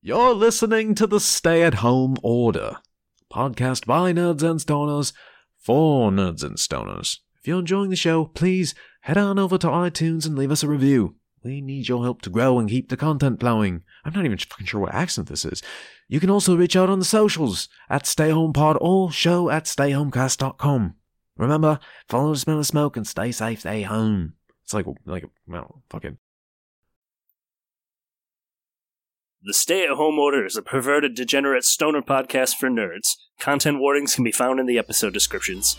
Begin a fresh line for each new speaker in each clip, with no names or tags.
You're listening to the Stay at Home Order, podcast by nerds and stoners for nerds and stoners. If you're enjoying the show, please head on over to iTunes and leave us a review. We need your help to grow and keep the content flowing. I'm not even fucking sure what accent this is. You can also reach out on the socials at Stay Home Pod or show at stayhomecast.com. Remember, follow the smell of smoke and stay safe, stay home. It's like, like, well, fucking.
The Stay at Home Order is a perverted, degenerate stoner podcast for nerds. Content warnings can be found in the episode descriptions.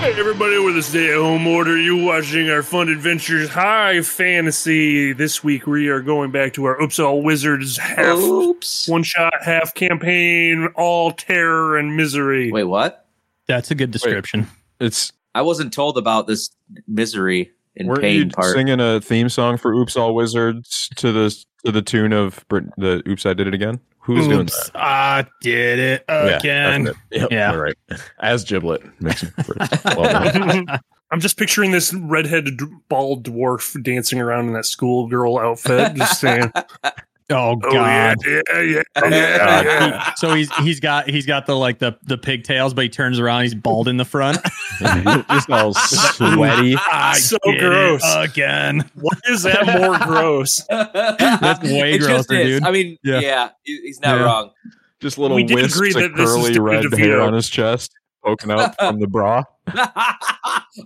Hey everybody with the stay at home order. You watching our fun adventures high fantasy. This week we are going back to our Oops All Wizards half
Oops.
one shot half campaign, all terror and misery.
Wait, what?
That's a good description.
It's
I wasn't told about this misery and
weren't you
pain part.
singing a theme song for Oops All Wizards to the to the tune of Brit- the Oops I Did It Again? Who's doing that?
Oops, I did it
Yeah,
again.
that's it. Yep,
Yeah.
you're right. As Giblet makes him first. Well done.
I'm just picturing this redheaded d- bald dwarf dancing around in that schoolgirl outfit. Just saying.
oh
Oh yeah,
god. Oh,
yeah, yeah, yeah, yeah.
He- so he's he's got he's got the like the the pigtails, but he turns around, he's bald in the front.
Just all sweaty.
I
So
did it
gross.
again.
What is that more gross?
That's
way grosser, dude.
I mean,
Yeah.
yeah, he- he's not
Yeah.
wrong.
Just little
We did
wisps
agree
of
that this is
curly
Danny
red hair
DeVito.
on his chest poking out from the bra.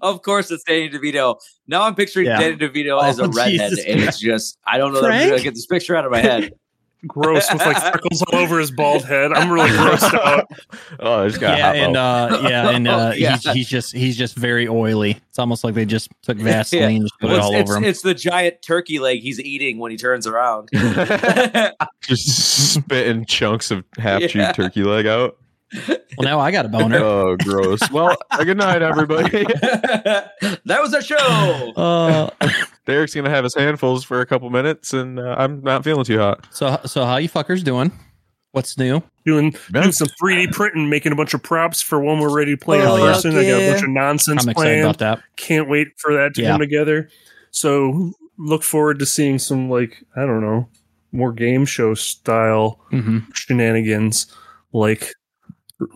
of course, it's Danny DeVito. Now I'm picturing
Yeah.
Danny DeVito
Oh,
as a redhead,
Jesus
and it's just I don't know that I'm
Frank?
gonna get this picture out of my head.
Gross with like freckles all over his bald head. I'm really grossed out.
Oh, it's got
yeah,
hot Oh,
and
mouth.
uh yeah, and uh
Yeah.
he's he's just he's just very oily. It's almost like they just took Vaseline and just put
Well,
it
it's,
all
it's-
over him.
it's the giant turkey leg he's eating when he turns around.
just spitting chunks of half chewed
Yeah.
turkey leg out.
well now I got a boner.
Oh, gross. Well, uh, good night, everybody.
that was our show.
Uh,
Derek's gonna have his handfuls for a couple minutes, and uh, I'm not feeling too hot.
so so how you fuckers doing? What's new?
Doing doing some 3D printing, making a bunch of props for when we're ready to play in
Hell yeah.
person. I got a bunch of nonsense
I'm excited
planned.
about that.
Can't wait for that to
Yeah.
come together. So look forward to seeing some like I don't know more game show style
hmm
shenanigans, like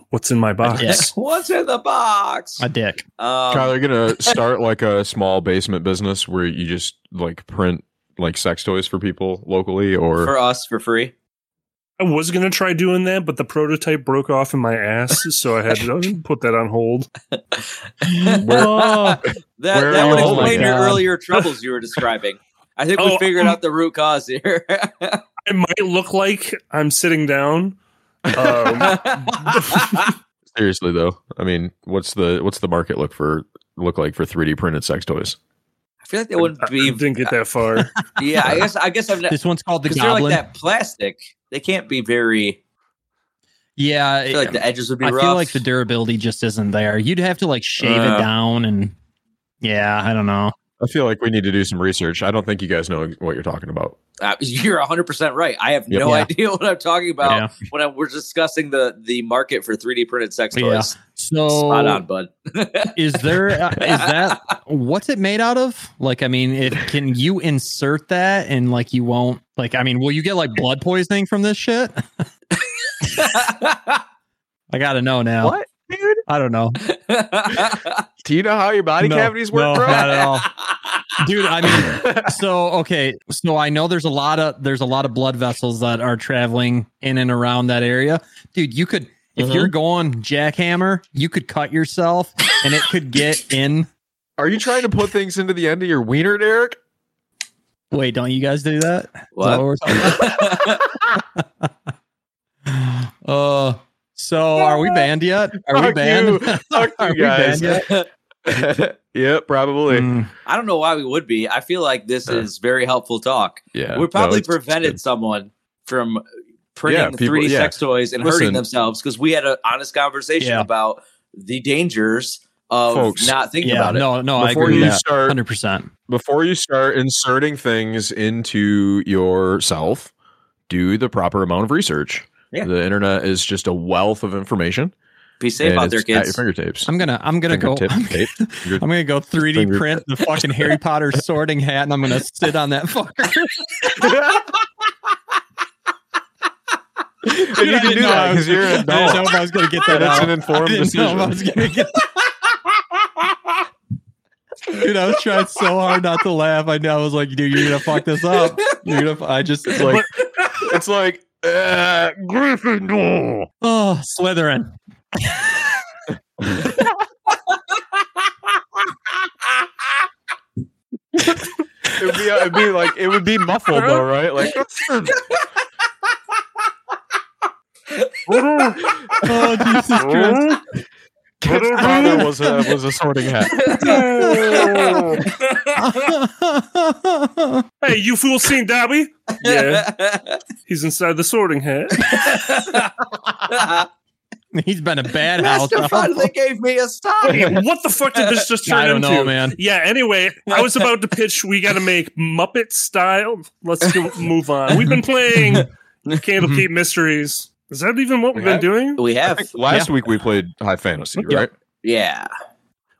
what's in my box.
Yeah.
What's in the box?
My dick.
Um,
Kyle, you're gonna start like a small basement business where you just like print like sex toys for people locally, or
for us for free.
I was gonna try doing that, but the prototype broke off in my ass, so I had to put that on hold.
Oh,
That,
Where
that
are
would
you? Oh my
explain your
God.
earlier troubles you were describing. I think
Oh,
we
um,
figured out the root cause here.
It might look like I'm sitting down. Um,
seriously though, I mean, what's the what's the market look for look like for 3D printed sex toys?
I feel like that wouldn't
I
be.
didn't get that far.
Yeah, I guess I guess I'm not
this one's called the
because they're like
Goblin.
that plastic. They can't be very.
yeah,
I feel like the edges would be
I
rough.
feel like the durability just isn't there. You'd have to like shave
Uh.
it down and yeah, I don't know.
I feel like we need to do some research. I don't think you guys know what you're talking about.
Uh, you're 100 percent right. I have
Yep.
no
Yeah.
idea what I'm talking about
yeah.
when I, we're discussing the the market for 3D printed sex toys.
Yeah.
Spot on,
So
bud.
is there uh, is that what's it made out of? Like I mean, it can you insert that and like you won't like I mean, will you get like blood poisoning from this shit? I got to know now.
What, dude?
I don't know.
Do you know how your body
No,
cavities work,
no,
bro?
not at all. Dude, I mean, so okay so i know there's a lot of there's a lot of blood vessels that are traveling in and around that area dude you could
Mm-hmm.
If you're going jackhammer, you could cut yourself and it could get in.
Are you trying to put things into the end of your wiener, Derek?
Wait, don't you guys do that? Is that
What?
we're talking about? Uh, so are we banned yet? Are we
Fuck
banned?
you. Fuck
Are
you
we banned
guys.
yet?
yep, probably.
Mm.
I don't know why we would be. I feel like this
Yeah.
is very helpful talk.
Yeah,
we probably
no, it's- it's
prevented
good.
someone from printing
Yeah, people-
3D
yeah.
sex toys and
Listen.
hurting themselves because we had an honest conversation
Yeah.
about the dangers of
Folks.
not thinking
Yeah,
about it.
no, no, I
Before
agree
you
with that.
start,
Hundred percent.
before you start inserting things into yourself, do the proper amount of research.
Yeah.
The internet is just a wealth of information.
Be safe
and
out there,
it's at
kids.
your fingertips.
I'm gonna, I'm gonna go.
Fingertip
I'm,
tape. Your-
I'm gonna go 3D
Finger-
print the fucking Harry Potter sorting hat, and I'm gonna sit on that fucker.
and you can do that because you're an
I didn't know
adult.
if I was gonna get that
That's
out.
an informed
I didn't know if I was
decision.
gonna get Dude, I was trying so hard not to laugh. I know I was like, dude, you're gonna fuck this up. You're gonna. f- I just like,
It's like uh, Gryffindor.
oh, Slytherin.
It would be, uh, it'd be like it would be muffled though, right? Like
Oh Jesus Christ!
Kid's father was a was a sorting hat.
Hey, you fool seen Dobby? Yeah, he's inside the sorting hat.
He's been a bad house.
Master Fun, they gave me a stop.
Hey, what the fuck did this just turn
I don't
into?
know, man.
Yeah, anyway, I was about to pitch we got to make Muppet style. Let's go, move on. We've been playing Candlekeep Mysteries. Is that even what we've been doing?
We have,
Last week we played High Fantasy,
Yeah.
right?
yeah.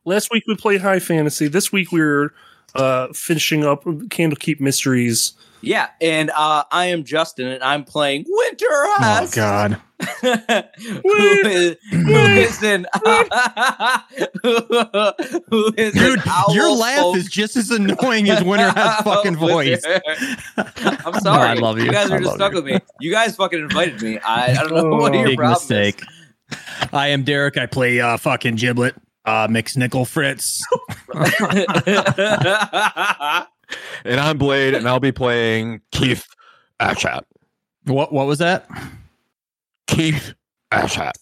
Last week we played High Fantasy. This week we were uh, finishing up Candlekeep Mysteries.
Yeah, and uh, I am Justin, and I'm playing Winter
Oh,
Us.
Oh, God!
who is, who is an who is
Dude,
an owl
your laugh
folk-
is just as annoying as Winter Hat's fucking voice.
I'm sorry.
I love you.
You guys
I
are just
love
stuck
you. Oh,
with me. You guys fucking invited me. I, I don't know what your
Big
problem
mistake. I am Derek. I play uh, fucking Giblet. Uh, McSnickle Fritz.
is.
And I'm Blade, and I'll be playing Keith uh, Ashat.
What? What was that?
Keith Ashat.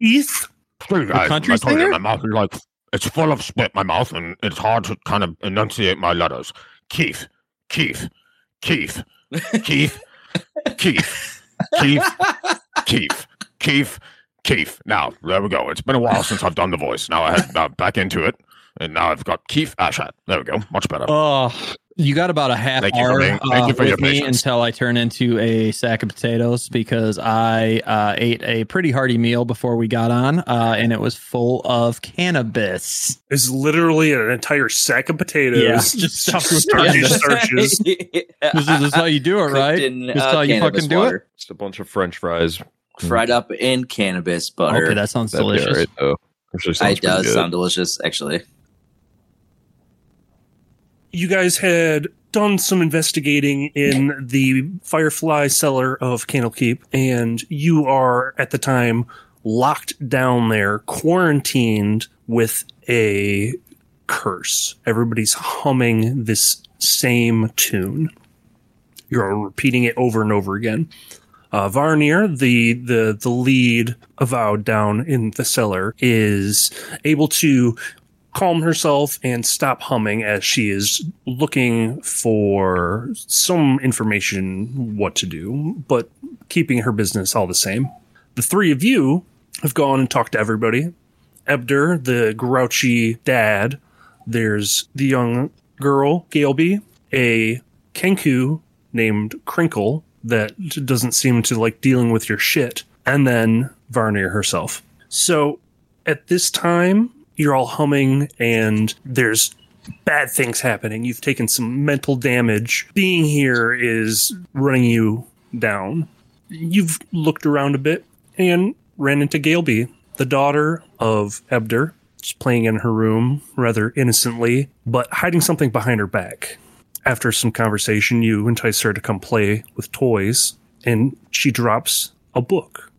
East.
Dude, I,
country
I told you,
singer?
my mouth is like it's full of spit. My mouth, and it's hard to kind of enunciate my letters. Keith, Keith, Keith, Keith, Keith, Keith, Keith, Keith, Keith. Now there we go. It's been a while since I've done the voice. Now I had uh, back into it, and now I've got Keith Ashat. There we go. Much better.
Oh, you got about a half
Thank you for
hour
being- thank
uh,
you for your
with me
patience.
until I turn into a sack of potatoes because I uh, ate a pretty hearty meal before we got on, uh, and it was full of cannabis.
Is literally an entire sack of potatoes.
Yeah, just stuffed with
starchy
potatoes.
starches.
This is, this is how you do it, right? This is how you fucking do it.
Just a bunch of French fries.
uh, Fried up in cannabis butter.
Okay, that sounds delicious.
though.
it does sound delicious, actually.
you guys had done some investigating in the Firefly cellar of Candlekeep, and you are at the time locked down there, quarantined with a curse. Everybody's humming this same tune. You're repeating it over and over again. Uh, Varnir, the, the the lead avowed down in the cellar, is able to calm herself and stop humming as she is looking for some information what to do, but keeping her business all the same. The three of you have gone and talked to everybody. Ebder, the grouchy dad, there's the young girl, Galeby, a Kenku named Crinkle that doesn't seem to like dealing with your shit, and then Varnir herself. So at this time, you're all humming and there's bad things happening. You've taken some mental damage. Being here is running you down. You've looked around a bit and ran into Galeby, the daughter of Ebder. She's playing in her room rather innocently, but hiding something behind her back. After some conversation, you entice her to come play with toys, and she drops a book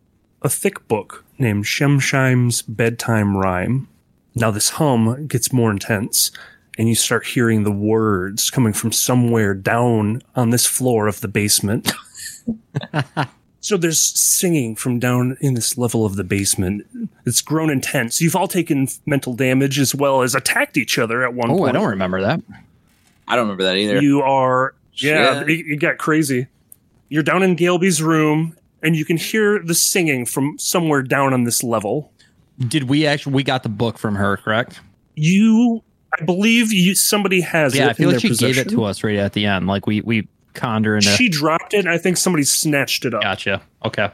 a thick book named Shemshime's Bedtime Rhyme. Now, this hum gets more intense, and you start hearing the words coming from somewhere down on this floor of the basement. so there's singing from down in this level of the basement. It's grown intense. You've all taken mental damage as well as attacked each other at one
Oh,
point.
I don't remember that.
I don't remember that either.
You are, yeah,
Shit.
it, it got crazy. You're down in Galby's room, and you can hear the singing from somewhere down on this level.
Did we actually? We got the book from her, correct?
You, I believe, you somebody has it.
yeah, I feel
in
like she
their
gave it to us right at the end. Like we we conned her into.
She dropped it. And I think somebody snatched it up.
gotcha. Okay.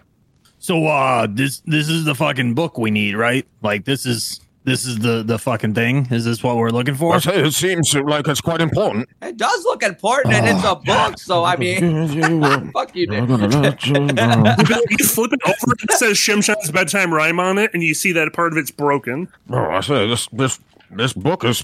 So uh, this this is the fucking book we need, right? Like this is this is the the fucking thing. Is this what we're looking for?
Well, it seems like it's quite important.
It does look important, and
Oh,
it's a book, so I mean, fuck you,
I'm
dude.
gonna let you down.
you flip it over, it says Shimshan's bedtime rhyme on it, and you see that part of it's broken.
Oh, I say this this this book is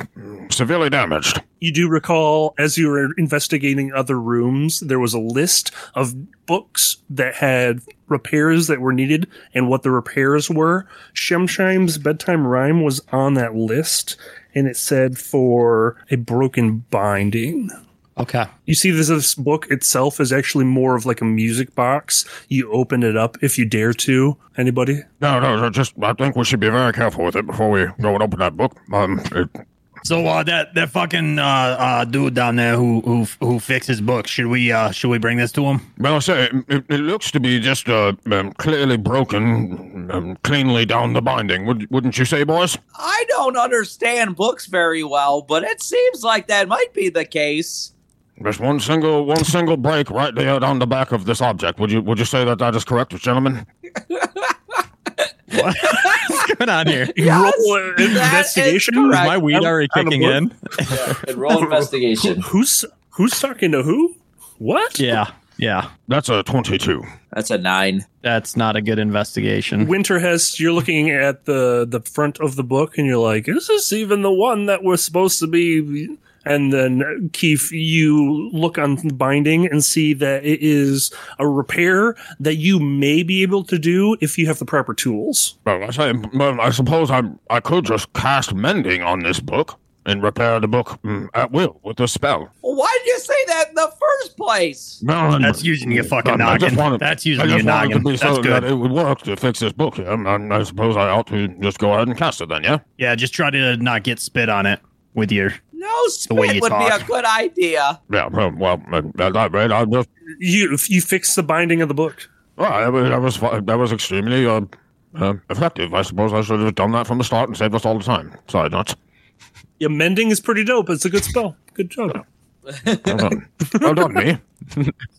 severely damaged.
You do recall, as you were investigating other rooms, there was a list of books that had repairs that were needed and what the repairs were. Shemshime's bedtime rhyme was on that list, and it said for a broken binding.
Okay.
You see, this, this book itself is actually more of like a music box. You open it up if you dare to. Anybody?
No, no, no, just I think we should be very careful with it before we go and open that book. Um, it,
So uh, that that fucking uh, uh, dude down there who who who fixes books, should we uh, should we bring this to him?
well, I say it, it looks to be just uh, um, clearly broken, um, cleanly down the binding. Would, wouldn't you say, boys?
I don't understand books very well, but it seems like that might be the case.
Just one single, one single break right there down the back of this object. Would you, would you say that that is correct, gentlemen?
What's going on here?
Yes,
Roll an
that is
investigation.
correct.
Is my weed
I'm-
already
I'm a
kicking
book.
in?
And roll
Who,
investigation.
who's who's talking to who? What?
Yeah. Yeah.
That's a twenty-two.
That's a nine.
That's not a good investigation.
Winterhest, you're looking at the the front of the book, and you're like, "Is this even the one that we're supposed to be?" And then Keith, you look on the binding and see that it is a repair that you may be able to do if you have the proper tools.
Well, I say, well, I suppose I, I could just cast mending on this book and repair the book mm, at will with a spell.
Well, why did you say that in the first place?
No,
That's using your fucking
I just
noggin.
wanted-
That's
I
using
just
your
wanted To
noggin.
be
That's
so
good.
That it would work to fix this book. Yeah, and I suppose I ought to just go ahead and cast it then. Yeah.
yeah, just try to not get spit on it with your.
No
way
spit
you
would be
talk.
a good idea.
Yeah. Well, well at that rate, I just
You you fix the binding of the book.
well, I was- that was fi- that was extremely uh, uh, effective. I suppose I should have done that from the start and saved us all the time. Sorry, nuts.
Yeah, mending is pretty dope. It's a good spell. Good job.
Well done. well done, me.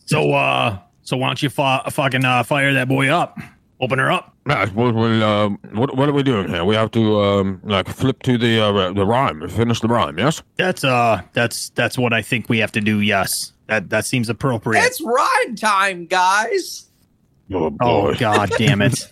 So uh, so why don't you fi- fucking uh, fire that boy up? Open her up.
Yeah, I suppose we'll, uh, what, what are we doing here? We have to um, like flip to the uh, the rhyme, finish the rhyme. Yes.
That's uh, that's that's what I think we have to do. Yes, that that seems appropriate.
It's rhyme time, guys.
Oh
Oh
boy.
god damn it.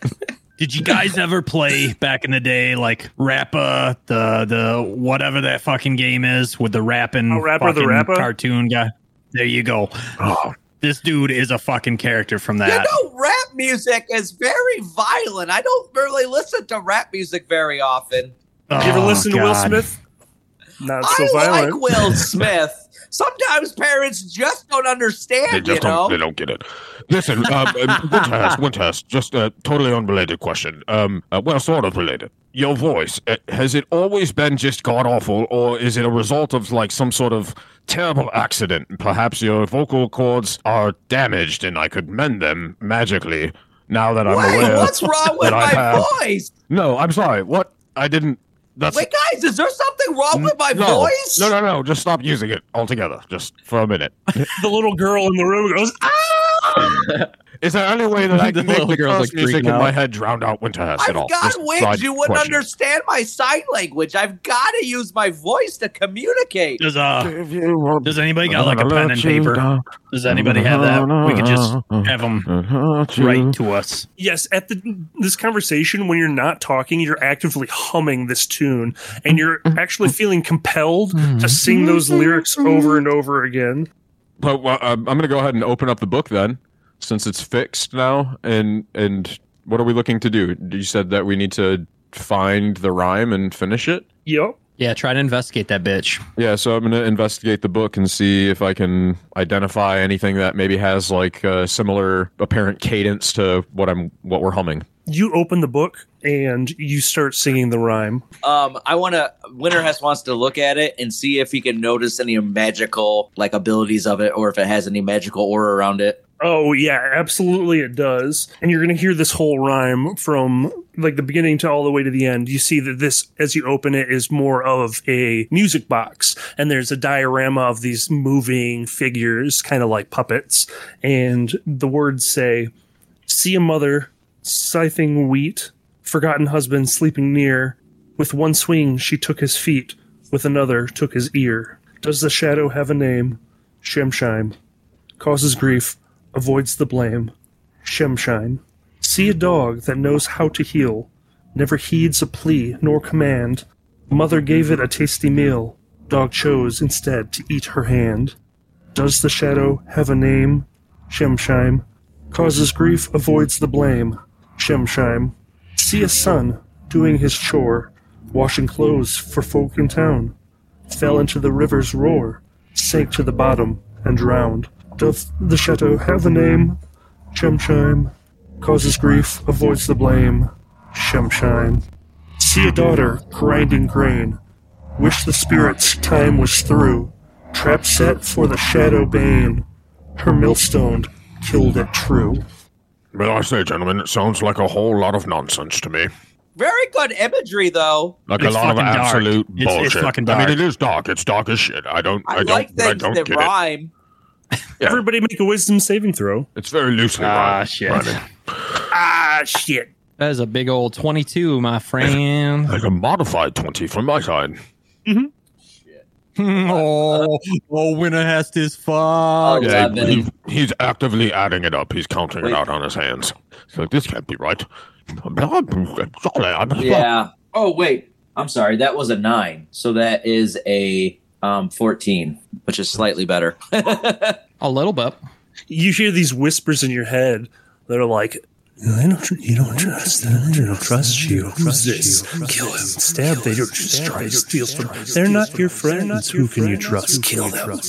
Did you guys ever play back in the day like Rappa, the the whatever that fucking game is with the rapping
Oh, Rappa the
fucking
Rappa?
cartoon guy? There you go.
Oh,
This dude is a fucking character from that.
You know, rap music is very violent. I don't really listen to rap music very often.
Oh,
you ever listen to Will
God.
Smith? Not so
I
violent.
like Will Smith. Sometimes parents just don't
They
understand,
just
you
don't.
know.
They don't get it. Listen, um, um, Winterhurst, Winterhurst, just a totally unrelated question. Um, uh, well, sort of related. Your voice uh, has it always been just god awful, or is it a result of like some sort of terrible accident? Perhaps your vocal cords are damaged, and I could mend them magically. Now that I'm
Wait,
aware.
what's wrong with
that I
my
have-
voice?
No, I'm sorry. What I didn't. That's
Wait, guys, is there something wrong with my
no,
voice?
no, no, no. Just stop using it altogether, just for a minute.
the little girl in the room goes,
Is there any way that I
The
can make
little
the
girl's,
girl's
like,
music
freaking
in my
out.
head drown out Winterhurst
I've
at all?
got
Just side
wings. You wouldn't
question.
understand my sign language. I've got to use my voice to communicate.
Does uh does anybody got like a pen and paper? Does anybody have that? We could just have them write to us.
yes at the this conversation when you're not talking you're actively humming this tune and you're actually feeling compelled to sing those lyrics over and over again
uh,
But well, um, I'm going to go ahead and open up the book then, since it's fixed now, and and
what are we looking to do? You said that we need to find the rhyme and finish it.
Yep.
Yeah, try to investigate that bitch.
Yeah, so I'm gonna investigate the book and see if I can identify anything that maybe has like a similar apparent cadence to what I'm what we're humming.
You open the book and you start singing the rhyme.
Um, I want to. Winterhest wants to look at it and see if he can notice any magical like abilities of it, or if it has any magical aura around it.
Oh yeah, absolutely it does. And you're going to hear this whole rhyme from like the beginning to all the way to the end. You see that this as you open it is more of a music box and there's a diorama of these moving figures kind of like puppets and the words say see a mother scything wheat, forgotten husband sleeping near, with one swing she took his feet, with another took his ear. Does the shadow have a name? Shemshine. Causes grief, avoids the blame. Shemshine. See a dog that knows how to heal, never heeds a plea nor command. Mother gave it a tasty meal, dog chose instead to eat her hand. Does the shadow have a name? Shemshine. Causes grief, avoids the blame. Shemshime. See a son doing his chore, washing clothes for folk in town. Fell into the river's roar, sank to the bottom, and drowned. Doth the shadow have a name? Shemshime. Causes grief, avoids the blame. Shemshime. See a daughter grinding grain. Wish the spirit's time was through. Trap set for the shadow bane. Her millstone killed it true.
May I say, gentlemen, it sounds like a whole lot of nonsense to me.
Very good imagery, though.
Like
It's
a lot of
fucking dark.
absolute
It's- it's
bullshit.
fucking
I
dark.
mean, it is dark. It's dark as shit. I don't. I,
I,
don't.
like
I
things
don't
that
get it.
rhyme.
Everybody make a wisdom saving throw.
It's very loosely.
Ah,
rhymed,
shit.
rhyming.
Ah, shit.
That is a big old 22, my friend.
Like a modified twenty from my side.
oh, oh, winner has this fuck.
Okay.
Yeah,
Eleven.
he- he's actively adding it up. He's counting it out on his hands. He's like, this can't be right.
Yeah. Oh wait, I'm sorry. That was a nine, so that is a um 14, which is slightly better.
A little bit.
you hear these whispers in your head that are like, "They don't, tr- you don't trust them. They don't trust you. Who's this? Kill him. Stab. They don't destroy. Steal from. They're not your friends. Who can you trust? Kill them."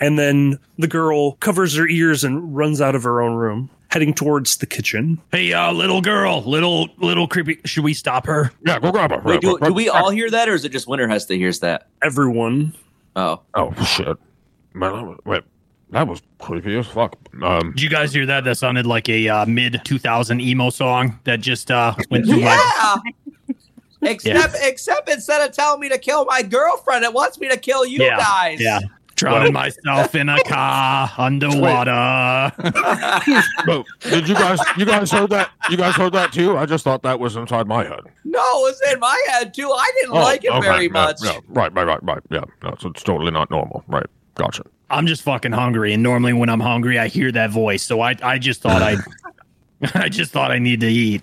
And then the girl covers her ears and runs out of her own room, heading towards the kitchen.
Hey, uh, little girl, little little creepy. Should we stop her?
Yeah, go grab her.
wait, do, do we all hear that, or is it just Winterhest that hears that?
Everyone,
Oh,
Oh shit, man! that was- Wait, that was creepy as fuck. Um,
Did you guys hear that? That sounded like a uh, mid 2000 emo song that just uh, went through my.
yeah. Except, except instead of telling me to kill my girlfriend, it wants me to kill you
Yeah,
guys.
Yeah, drowning myself in a car underwater.
but did you guys? You guys heard that? You guys heard that too? I just thought that was inside my head.
No, it's in my head too. I didn't
Oh,
like it
okay,
very
yeah,
much.
Yeah, right, right, right, right. Yeah, no, so it's totally not normal. Right, gotcha.
I'm just fucking hungry, and normally when I'm hungry, I hear that voice. So I, I just thought I, I just thought I need to eat.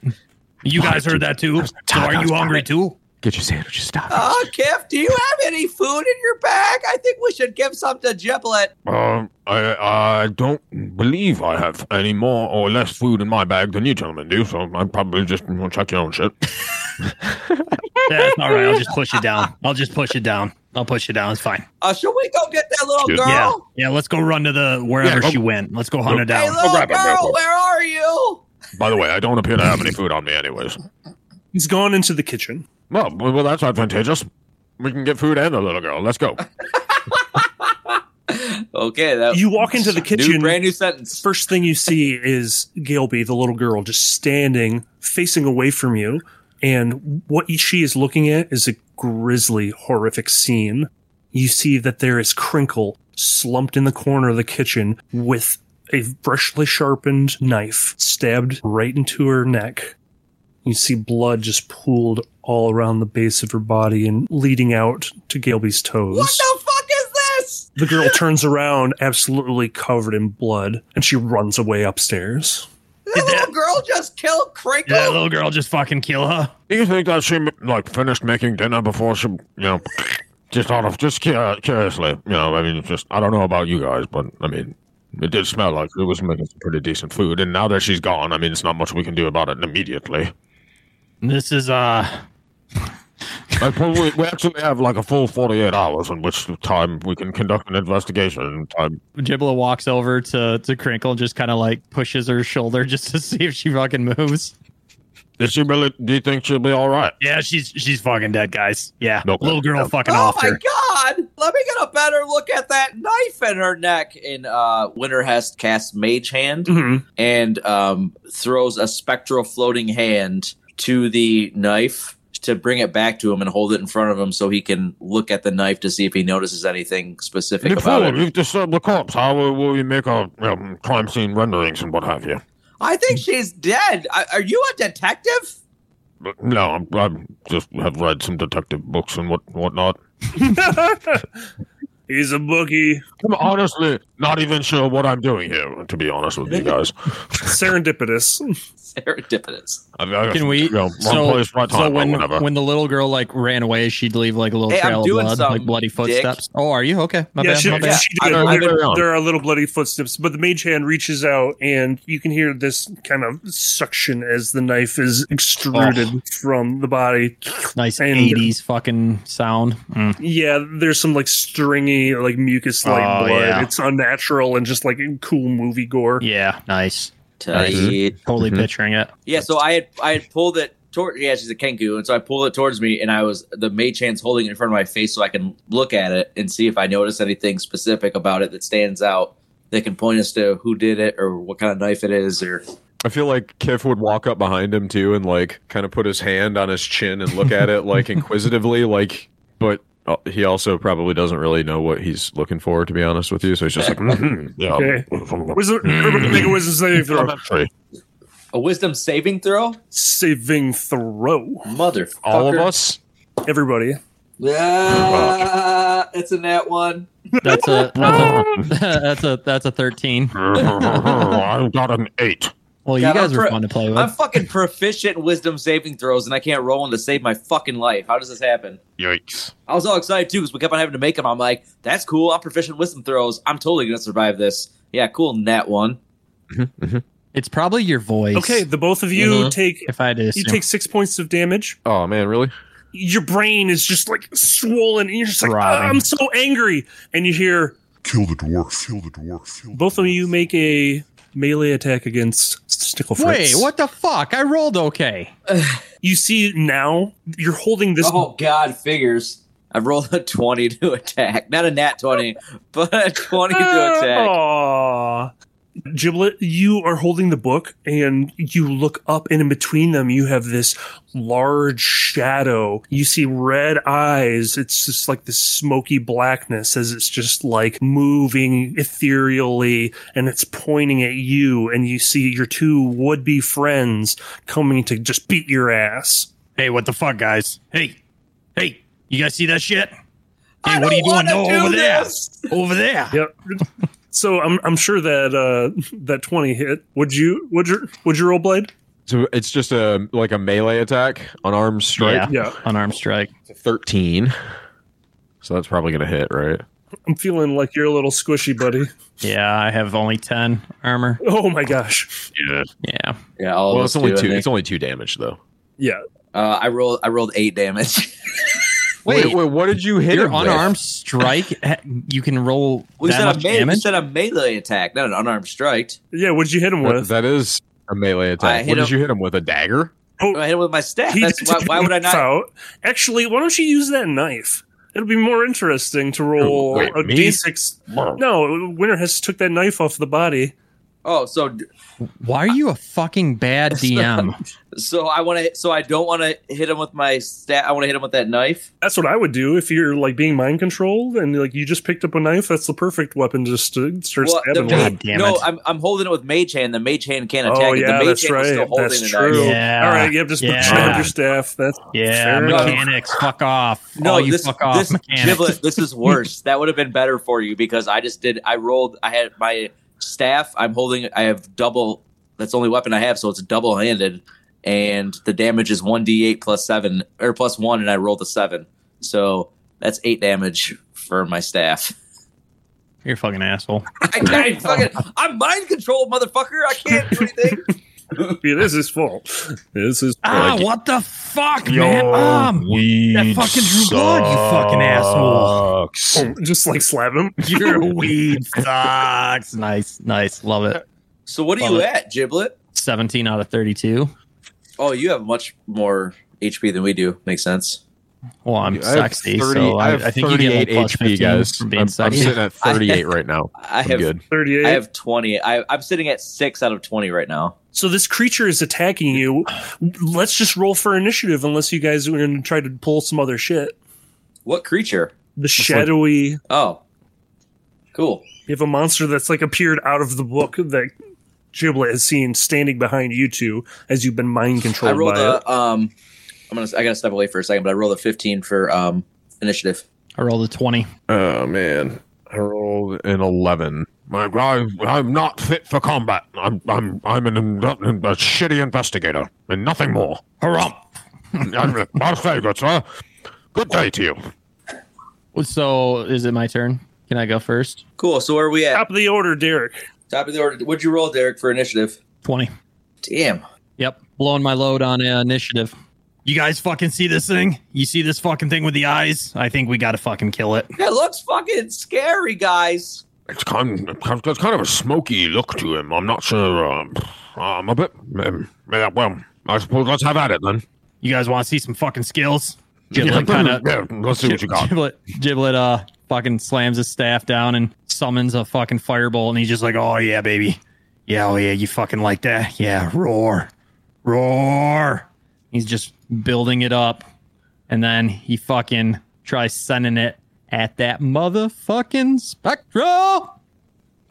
You guys heard that too. So are you hungry too?
Get your sandwiches. Stop.
Uh, Kiff, do you have any food in your bag? I think we should give some to Giblet.
Um, I I don't believe I have any more or less food in my bag than you gentlemen do, so I'm probably just gonna check your own shit.
Yeah, all right. I'll just push it down. I'll just push it down. I'll push it down. It's fine.
Uh, should we go get that little
Excuse-
girl?
Yeah, yeah. Let's go run to the wherever
Yeah, go-
she went. Let's go hunt her
Hey,
down.
little
grab it,
girl,
Malcolm.
where are you?
By the way, I don't appear to have any food on me, anyways.
he's gone into the kitchen.
Well, well, that's advantageous. We can get food and a little girl. Let's go.
Okay, that
You walk into the
New,
kitchen.
brand new sentence.
First thing you see is Gailby, the little girl, just standing, facing away from you. And what she is looking at is a grisly, horrific scene. You see that there is Crinkle slumped in the corner of the kitchen with a freshly sharpened knife stabbed right into her neck. You see blood just pooled all around the base of her body and leading out to Gailby's toes.
What the fuck is this?
The girl turns around, absolutely covered in blood, and she runs away upstairs.
The little girl just killed Crinkle.
Did that little girl just fucking kill her?
Do you think that she like finished making dinner before she, you know, just out of just cur- curiously, you know? I mean, just I don't know about you guys, but I mean, It did smell like it was making some pretty decent food, and now that she's gone, I mean, it's not much we can do about it immediately.
This is uh
Like, probably, we actually have like a full 48 hours in which time we can conduct an investigation. Time.
Gibla walks over to to Crinkle and just kind of like pushes her shoulder just to see if she fucking moves.
Is she really? Do you think she'll be all right?
Yeah, she's she's fucking dead, guys. Yeah,
No,
little girl fucking
Oh
off
my
her.
god! Let me get a better look at that knife in her neck. And uh, Winterhest casts Mage Hand
Mhm.
and um, throws a spectral floating hand to the knife to bring it back to him and hold it in front of him so he can look at the knife to see if he notices anything specific about
Before
it.
we've disturbed the corpse, how will will we make our um, crime scene renderings and what have you?
I think she's dead. I, are you a detective?
But no, I'm, I'm just have read some detective books and what whatnot.
He's a bookie.
I'm honestly not even sure what I'm doing here. To be honest with you guys,
Serendipitous.
Serendipitous.
I, I,
Can we-
You know, wrong
so-
place, right time,
So
or
when
whatever.
when the little girl like ran away, she'd leave like a little
Hey, I'm
trail of
doing
blood,
something,
like bloody
dick.
footsteps. Oh, are you okay? My
yeah,
bad.
she,
my
she
bad.
did.
I- I-
There, there are little bloody footsteps, but the mage hand reaches out, and you can hear this kind of suction as the knife is extruded from the body.
Nice
And-
eighties fucking sound. Mm.
Yeah, there's some like stringy, like mucus like
Oh,
blood.
yeah.
It's unnatural and just like cool movie gore.
Yeah, nice.
Tight.
Totally
Mhm.
picturing it.
Yeah, so I had I had pulled it toward yeah, she's a Kenku, and so I pulled it towards me and I was the Maychan's holding it in front of my face so I can look at it and see if I notice anything specific about it that stands out that can point us to who did it or what kind of knife it is or
I feel like Kiff would walk up behind him too and like kind of put his hand on his chin and look at it like inquisitively, like, but uh, he also probably doesn't really know what he's looking for, to be honest with you. So he's just like,
Mhm, yeah.
Okay. Wizard, everybody make a wisdom saving throw.
Elementary.
a wisdom saving throw?
Saving throw.
Mother
all of us?
Everybody.
Ah, it's a nat one.
That's a that's a, that's a that's a thirteen.
I got an eight.
Well,
God,
you guys
I'm
were
pro-
fun to play with.
I'm fucking proficient in wisdom saving throws and I can't roll one to save my fucking life. How does this happen?
Yikes.
I was all excited too because we kept on having to make them. I'm like, that's cool. I'm proficient in wisdom throws. I'm totally gonna survive this. Yeah, cool. Net one.
it's probably your voice.
Okay, the both of you
Mhm.
take
if I had to
you
assume.
take six points of damage.
Oh, man, really?
your brain is just like swollen and you're just like "Ah,
Throbbing.
i'm so angry and you hear
Kill the dwarf. Kill the dwarf. Kill the
both of
dwarf.
you make a melee attack against Sticklefritz.
Wait, what the fuck? I rolled okay.
you see now you're holding this
oh God, figures. I rolled a twenty to attack, not a nat twenty, but a twenty to attack.
Uh, Aw. Giblet, you are holding the book and you look up and in between them you have this large shadow. You see red eyes. It's just like this smoky blackness as it's just like moving ethereally and it's pointing at you and you see your two would-be friends coming to just beat your ass.
Hey, what the fuck, guys? Hey, hey, you guys see that shit?
I
Hey, what are you
don't
doing?
wanna
No,
do
over
this.
there, over there.
Yep. So I'm I'm sure that uh that 20 hit. Would you would your would your roll blade?
So it's just a like a melee attack, unarmed strike,
Yeah.
Unarmed strike.
thirteen. So that's probably gonna hit, right?
I'm feeling like you're a little squishy, buddy.
Yeah, I have only ten armor.
Oh my gosh.
Yeah.
Yeah.
Yeah, all
well, it's only two.
I,
It's only two damage though.
Yeah.
uh, I rolled. I rolled eight damage.
Wait,
what did you hit?
your
him with?
unarmed strike. eh, You can roll
We
that
said
much
a melee, we
damage.
said a melee attack, not an unarmed strike.
Yeah, what'd you hit him
That-
with?
that is a melee
I
attack.
hit
What did
him-
you hit him with? A dagger?
I hit him with my staff.
He
That's
just
why,
took
why would I
the knife
not?
Out. Actually, why don't you use that knife? It'll be more interesting to roll
Oh,
Wait,
a
me?
6 No, Winter has took that knife off the body.
Oh, so d-
Why are you a fucking bad DM?
so I want to. So I don't want to hit him with my staff. I want to hit him with that knife.
That's what I would do if you're like being mind controlled and like you just picked up a knife. That's the perfect weapon just to start
Well, the
stabbing. with.
ma-
God damn
no,
it.
I'm, I'm holding it with mage hand. The mage hand can't
Oh,
attack. it.
yeah,
the mage
that's
hand is still
right.
holding
That's
the
true.
knife.
Yeah.
All right, yep, just
Yeah.
stab your staff. That's
Yeah,
fair enough.
mechanics, fuck off.
No,
Oh, you
this,
fuck off,
this
mechanic.
giblet, this is worse. that would have been better for you because I just did. I rolled. I had my staff. I'm holding. I have double. That's the only weapon I have, so it's double handed, and the damage is one d8 plus seven or plus one, and I rolled a seven, so that's eight damage for my staff.
You're a fucking asshole.
I can't fucking. I'm mind controlled, motherfucker. I can't do anything.
It is his fault. This is
Ah, what the fuck, man? Um,
weed
that fucking drew blood, you fucking asshole.
sucks.
Oh, just like slap him.
your weed
Sucks. Nice, nice. Love it.
So what are
Well,
you at, Giblet?
17 out of 32.
Oh, you have much more HP than we do. Makes sense.
Well, I'm
I have
sexy,
30
so I,
have
I think you get
38
like plus 15
HP, guys.
from
I'm,
being
I'm
sexy.
sitting at 38 right now.
I
I'm
have
good.
38.
I have twenty. I, I'm sitting at six out of twenty right now.
So this creature is attacking you. Let's just roll for initiative, unless you guys are going to try to pull some other shit.
What creature?
The shadowy.
Oh, cool.
you have a monster that's like appeared out of the book that Giblet has seen standing behind you two as you've been mind
I
controlled
rolled
by it.
a um. I'm gonna. I gotta step away for a second, but I rolled a 15 for um initiative.
I rolled a 20.
Oh man, I rolled an 11.
My guy, I'm not fit for combat. I'm I'm I'm an, a shitty investigator and nothing more. Hurrah! I'm- Well, very good, sir. Good day to you.
So is it my turn? Can I go first?
Cool. So where are we at?
Top of the order, Derek.
Top of the order. What'd you roll, Derek, for initiative?
20.
Damn.
Yep. Blowing my load on uh, initiative.
You guys fucking see this thing? You see this fucking thing with the eyes? I think we gotta fucking kill it.
That looks fucking scary, guys.
It's kind it's kind of a smoky look to him. I'm not sure. Um, I'm a bit. Um, yeah, well, I suppose let's have at it then.
You guys want to see some fucking skills?
Yeah,
Giblet kind of
yeah, let's see what you got.
Giblet, Giblet uh fucking slams his staff down and summons a fucking fireball and he
He's just like, oh yeah, baby. Yeah, oh yeah, you fucking like that? Yeah, roar, roar.
he's just building it up and then he fucking tries sending it at that motherfucking spectral.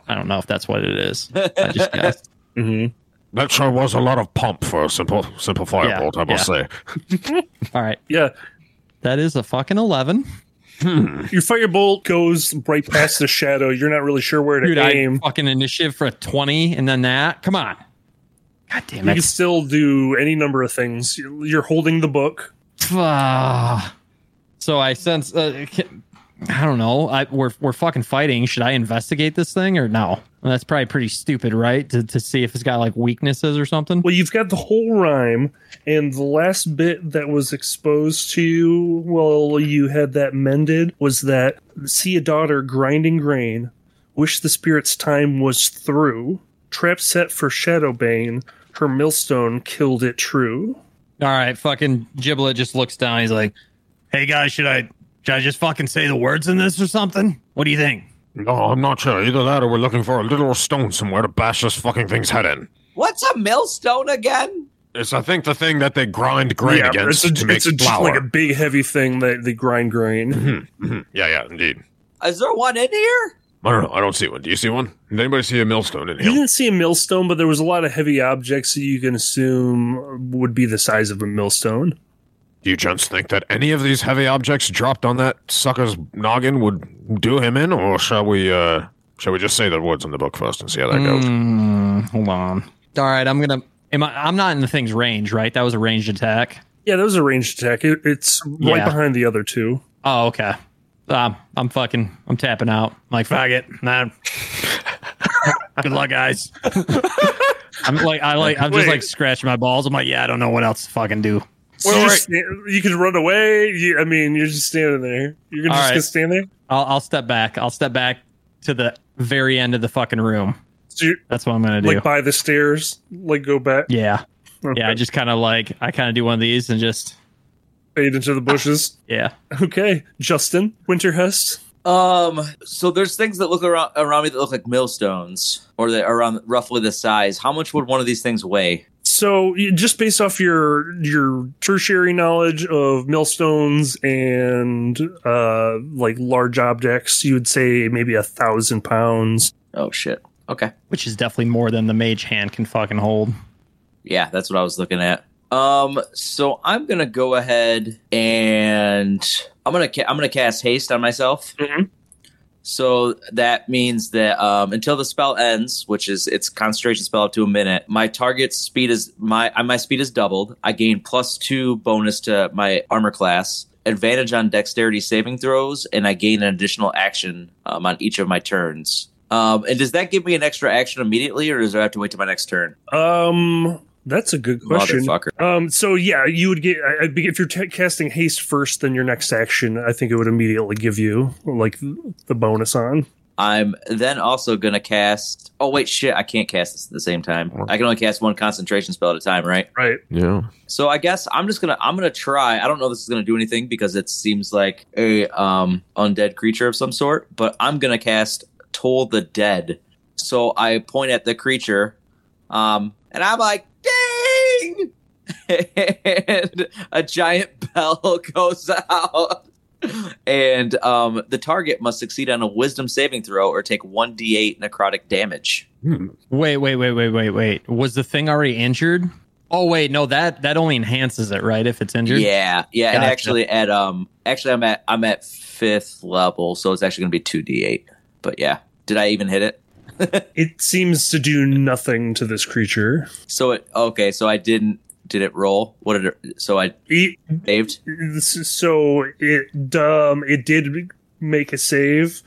I don't know if that's what it is. I just guessed.
That sure was a lot of pomp for a simple simple firebolt, I must say.
All right.
Yeah.
That is a fucking 11.
Your firebolt goes right past the shadow. You're not really sure where to
Dude, I
aim.
fucking initiative for a 20 and then that. Come on. God damn
you can
it.
still do any number of things. You're you're holding the book.
Ah. So I sense uh, can- I don't know. I, we're we're fucking fighting. Should I investigate this thing or no? Well, that's probably pretty stupid, right? To to see if it's got like weaknesses or something.
Well, you've got the whole rhyme, and the last bit that was exposed to you while you had that mended was that see a daughter grinding grain, wish the spirit's time was through, trap set for Shadowbane, her millstone killed it true.
All right, fucking Giblet just looks down. He's like,
Hey guys, should I should I just fucking say the words in this or something? What do you think?
No, I'm not sure. Either that or we're looking for a literal stone somewhere to bash this fucking thing's head in.
What's a millstone again?
It's, I think, the thing that they grind grain against
it's,
to
a,
make
it's a, just
flour.
like a big heavy thing that they grind grain.
Mhm, mhm. Yeah, yeah, indeed.
Is there one in here?
I don't know. I don't see one. Do you see one? Did anybody see a millstone in
You
here?
didn't see a millstone, but there was a lot of heavy objects that you can assume would be the size of a millstone.
Do you gents think that any of these heavy objects dropped on that sucker's noggin would do him in, or shall we? uh Shall we just say the words in the book first and see how that goes?
mm, hold on. All right, I'm gonna. Am I, I'm not in the thing's range, right? That was a ranged attack.
Yeah, that was a ranged attack. It, it's right
Yeah.
behind the other two.
Oh, okay. Um, I'm fucking. I'm tapping out. I'm like fuck it.
Nah. Good luck, guys.
I'm like I like. I'm just
Wait.
like scratching my balls. I'm like, yeah, I don't know what else to fucking do.
So you, just stand- you can run away. You, I mean, you're just standing there. You're just
All right.
gonna stand there.
I'll, I'll step back. I'll step back to the very end of the fucking room.
So you're
That's what I'm gonna do.
like by the stairs. Like go back.
yeah,
Okay.
yeah. I just kind of like I kind of do one of these and just
fade into the bushes.
yeah.
Okay, Justin Winterhest.
Um, so there's things that look around, around me that look like millstones, or that are around roughly the size. How much would one of these things weigh?
So you- just based off your your tertiary knowledge of millstones and uh, like large objects, you would say maybe a thousand pounds.
Oh shit. Okay.
Which is definitely more than the mage hand can fucking hold.
Yeah, that's what I was looking at. Um, so I'm gonna go ahead and I'm gonna ca- I'm gonna cast haste on myself.
Mhm.
So that means that um, until the spell ends, which is its concentration spell up to a minute, my target speed is my uh, my speed is doubled. I gain plus two bonus to my armor class, advantage on dexterity saving throws, and I gain an additional action um, on each of my turns. Um, and does that give me an extra action immediately, or does I have to wait till my next turn?
Um, that's a good question.
Motherfucker.
Um, so yeah, you would get I, I'd be, if you're t- casting haste first, then your next action. I think it would immediately give you like the bonus on.
I'm then also gonna cast. Oh wait, shit! I can't cast this at the same time. I can only cast one concentration spell at a time, right?
Right.
Yeah.
So I guess I'm just gonna I'm gonna try. I don't know if this is gonna do anything because it seems like a um undead creature of some sort, but I'm gonna cast Toll the Dead. So I point at the creature, um, and I'm like, ding! and a giant bell goes out. And um, the target must succeed on a wisdom saving throw or take 1d8 necrotic damage.
Wait, wait, wait, wait, wait, wait. Was the thing already injured? Oh wait, no that that only enhances it, right? If it's injured.
Yeah, yeah, and
Gotcha.
actually at um actually I'm at I'm at fifth level, so it's actually gonna be two D eight. But yeah. Did I even hit it?
It seems to do nothing to this creature.
So it okay, so I didn't did it roll? What did it so I
It,
saved?
this- so it um it did make a save,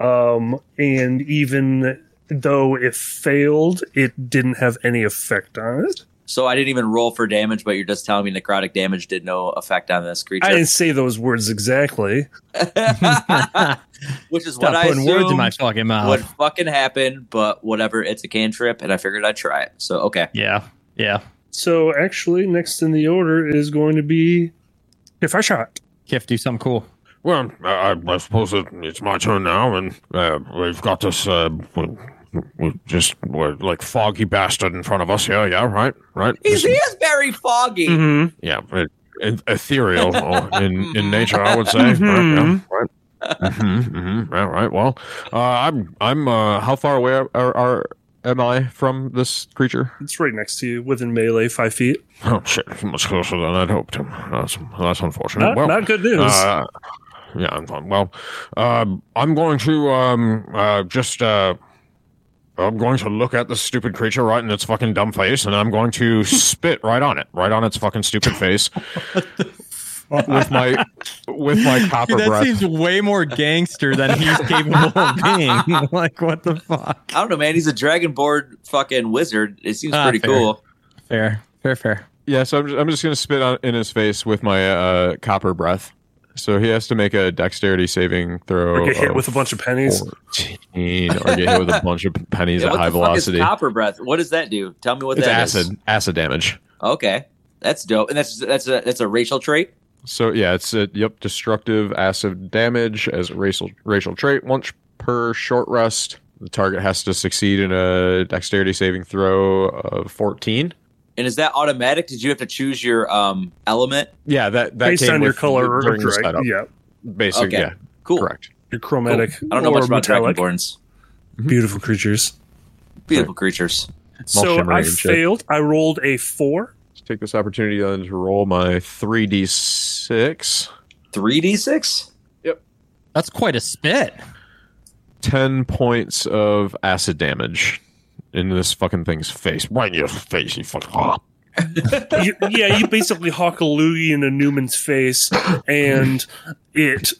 um, and even though it failed, it didn't have any effect on it.
So I didn't even roll for damage, but you're just telling me necrotic damage did no effect on this creature.
I didn't say those words exactly.
Which is
Stop
what I
putting words in my
assumed
fucking mouth.
would fucking happen, but whatever, it's a cantrip, and I figured I'd try it. So okay.
Yeah. Yeah.
So actually, next in the order is going to be if I shot.
Kif, do something cool.
Well, I, I- I suppose it, it's my turn now, and uh, we've got this uh, we, we just we're like foggy bastard in front of us here. Yeah, right, right.
He's, he
This-
is very foggy.
Mm-hmm.
yeah, it, it- ethereal or in in nature, I would say. Right, yeah, right. hmm hmm yeah, right. Well, uh, I'm I'm. Uh,
How far away are, are, are am I from this creature?
It's right next to you within melee, five feet.
oh shit, much closer than I'd hoped. That's that's unfortunate.
Not,
well,
not good news.
Uh, yeah, I'm fine. Well, um, I'm going to um, uh, just. Uh, I'm going to look at this stupid creature right in its fucking dumb face, and I'm going to spit right on it, right on its fucking stupid face,
With my with my copper
Dude, that
breath.
seems way more gangster than he's capable of being. Like, what the fuck?
I don't know, man. He's a dragonborn fucking wizard. It seems
Ah,
pretty
fair.
cool.
Fair, fair, fair.
yeah, so I'm just, I'm just gonna spit on, in his face with my uh, copper breath. So he has to make a dexterity saving throw.
or get hit
of
with a bunch of pennies.
14, or get hit with a bunch of pennies
Yeah,
at
what
high
the fuck is
velocity.
copper breath. What does that do? Tell me what
It's
that is.
acid, acid damage.
Okay, that's dope, and that's that's a that's a racial trait.
So yeah, it's a, yep, destructive acid damage as a racial racial trait once per short rest. The target has to succeed in a dexterity saving throw of 14.
And is that automatic? Did you have to choose your um element?
Yeah, that that
Based
came
on your
with-
color or
during the
drag.
setup.
Yeah.
Basically,
Okay.
yeah,
Cool.
correct.
Your chromatic.
I don't know
or
much about
metallic.
dragonborns.
Beautiful creatures.
Beautiful creatures.
So
shimmering
I
and shit.
failed. I rolled a four.
Let's take this opportunity then to roll my 3d6.
Three d six.
That's quite a spit.
10 points of acid damage in this fucking thing's face.
right in your face, you fucking. Ah.
you, yeah, you basically hawk a loogie into Newman's face, and it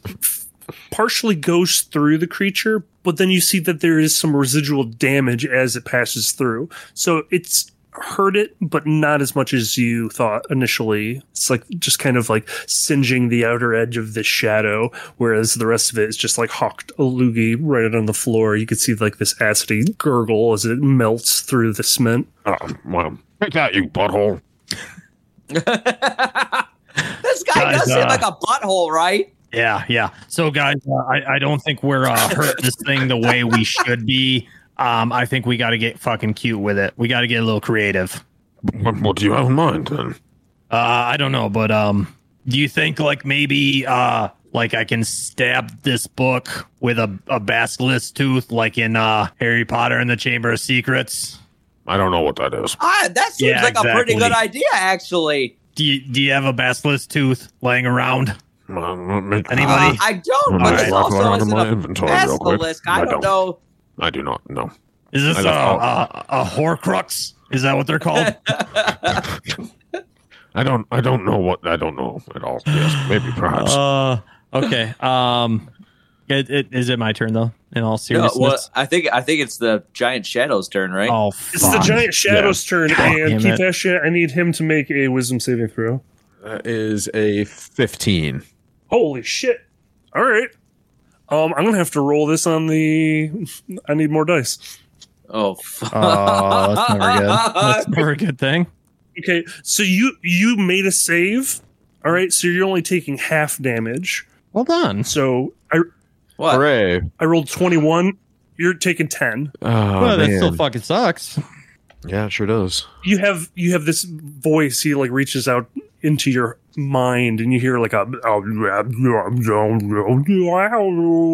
partially goes through the creature, but then you see that there is some residual damage as it passes through. So it's hurt it, but not as much as you thought initially. It's like just kind of like singeing the outer edge of this shadow, whereas the rest of it is just like hawked a loogie right on the floor. You could see like this acidy gurgle as it melts through the cement.
Oh, well, take that, you butthole.
this guy
Guys,
does
uh,
seem like a butthole, right?
Yeah, yeah. So, guys, uh, I, I don't think we're uh, hurting this thing the way we should be. Um, I think we got to get fucking cute with it. We got to get a little creative.
What, what do you have in mind then?
Uh, I don't know, but um, do you think like maybe uh, like I can stab this book with a, a basilisk tooth, like in uh, Harry Potter and the Chamber of Secrets?
I don't know what that is.
Ah, that seems
Yeah,
like a pretty
exactly.
good idea, actually.
Do you, do you have a basilisk tooth laying around?
Anybody?
Anybody?
Uh, I don't,
I'm
but
just
this
walking
also
around in
isn't
my
a
inventory real quick.
basilisk. I don't know.
I do not know.
Is this
I
a,
got-
a, a Horcrux? Is that what they're called?
I don't. I don't know what. I don't know at all. Yes, maybe perhaps.
Uh, okay. Um, it, it, is it my turn though? In all
No,
seriousness.
well, I think I think it's the giant shadow's turn, right?
oh,
It's
fuck.
the giant shadow's turn, and
damn
Keith
it.
Ashia, I need him to make a wisdom saving throw.
That is a 15.
Holy shit! All right, um, I'm gonna have to roll this on the. I need more dice.
Oh, fuck.
Oh, that's never good. That's never a good thing.
Okay, so you you made a save. All right, so you're only taking half damage.
Well done.
So I
Uh,
what?
Hooray.
I rolled 21. You're taking 10.
Oh,
well, that
man.
still fucking sucks.
yeah, it sure does.
You have you have this voice. He like reaches out into your mind, and you hear like a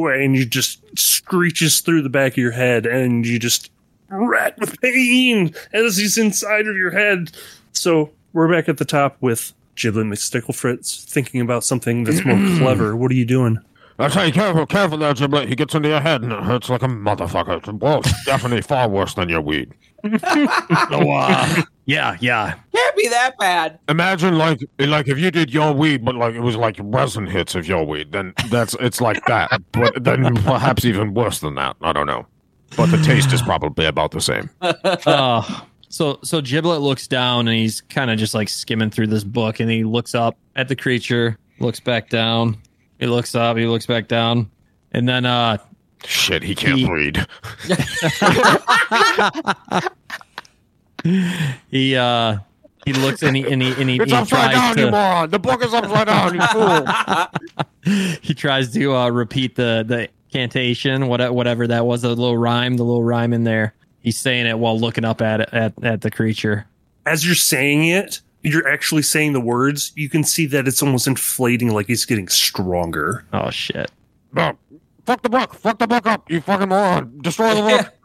and you just screeches through the back of your head, and you just rat with pain as he's inside of your head. So we're back at the top with Giblin McStickle Fritz thinking about something that's more clever. What are you doing?
I say, careful, careful there, Giblet. He gets into your head and it hurts like a motherfucker. It's- Well, it's definitely far worse than your weed.
So, uh, yeah, yeah.
Can't be that bad.
Imagine like like if you did your weed, but like it was like resin hits of your weed. Then that's it's like that, but then perhaps even worse than that. I don't know. But the taste is probably about the same.
Uh, so so Giblet looks down and he's kind of just like skimming through this book and he looks up at the creature, looks back down, he looks up, he looks back down, and then uh
Shit, he can't
He-
read.
he uh he looks and he and he and he,
It's
he
upside
tries
down, you
to
moron. The book is upside down, you fool.
he tries to uh repeat the the cantation, what whatever that was, the little rhyme, the little rhyme in there. He's saying it while looking up at it at, at the creature.
as you're saying it, you're actually saying the words. You can see that it's almost inflating, like he's getting stronger.
Oh shit.
No. Fuck the book. Fuck the book up, you fucking moron. Destroy the book.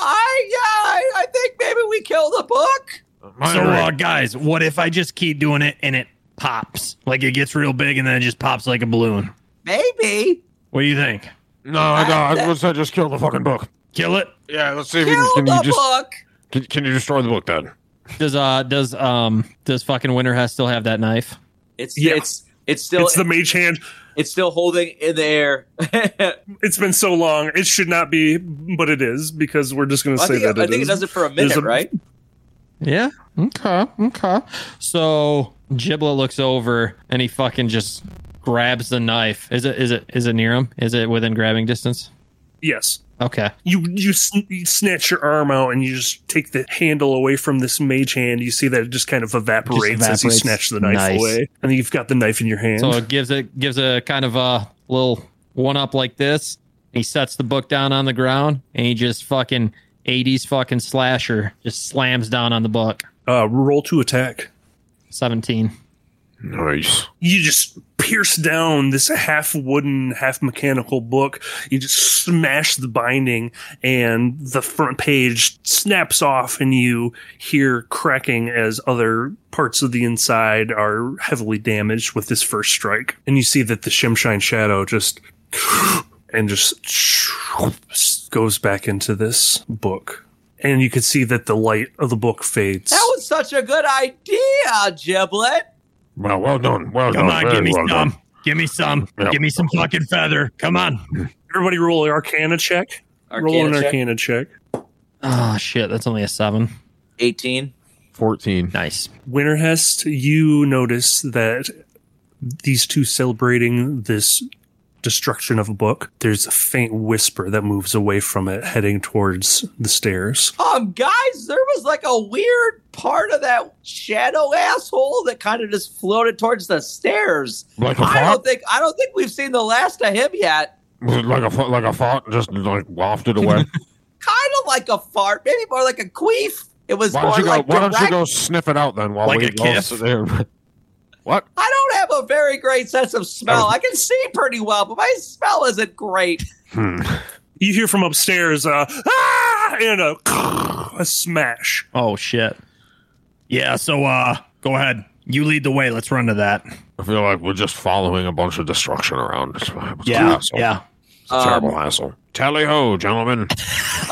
I yeah, I, I think maybe we kill the book.
So, uh, guys, what if I just keep doing it and it pops? Like it gets real big and then it just pops like a balloon.
Maybe
What do you think?
no, I, no, I would say just kill the fucking book.
Kill it?
Yeah, let's see if you
kill
can, can
the
you just
book.
can, can you destroy the book then?
Does uh does um does fucking Winterhest still have that knife?
It's
Yeah.
it's it's still
it's
it's,
the mage hand.
still holding in the air.
It's been so long. It should not be, but it is because we're just going to
I
say
think,
that.
I think it
is.
does it for a
There's
minute,
a-
right?
Yeah. Okay. Okay. So Giblet looks over and he fucking just grabs the knife. Is it? Is it? Is it near him? Is it within grabbing distance?
Yes.
Okay.
You you, sn- you snatch your arm out and you just take the handle away from this mage hand. You see that it just kind of evaporates, as you
evaporates.
snatch the knife
Nice.
away, and you've got the knife in your hand.
So it gives it gives a kind of a little one up like this. He sets the book down on the ground and he just fucking 80s fucking slasher just slams down on the book.
uh, roll to attack.
17.
Nice.
you just pierce down this half wooden, half mechanical book. You just smash the binding, and the front page snaps off, and you hear cracking as other parts of the inside are heavily damaged with this first strike. And you see that the Shimshine Shadow just and just goes back into this book. And you can see that the light of the book fades.
That was such a good idea, Giblet.
Well, well done. Well
Come
done.
on,
Oh, Very
give me
well
some.
done.
Give me some.
Yeah.
Give me some fucking feather. Come on.
Everybody roll an arcana check. roll an
Arcana check.
arcana check.
Oh shit, that's only a 7.
18.
14.
Nice.
Winterhest, you notice that these two celebrating this destruction of a book, there's a faint whisper that moves away from it, heading towards the stairs.
Um, guys, there was like a weird part of that shadow asshole that kind of just floated towards the stairs.
Like a
I don't
fart?
think I don't think we've seen the last of him yet.
Was it Like a fa- like a fart, just like wafted away.
Kind of like a fart, maybe more like a queef. It was
Why
more
don't you go?
like
Why don't you
direct.
go sniff it out then? While
Like
we
a
all
kiss?
sit there. What?
I don't have a very great sense of smell.
Oh.
I can see pretty well, but my smell isn't great.
Hmm.
You hear from upstairs, uh, ah, and a, a smash.
Oh shit.
Yeah, so uh go ahead. You lead the way. Let's run to that.
I feel like we're just following a bunch of destruction around. It's- it's
Yeah.
hassle.
Yeah.
It's a terrible
um,
hassle. Tally ho, gentlemen.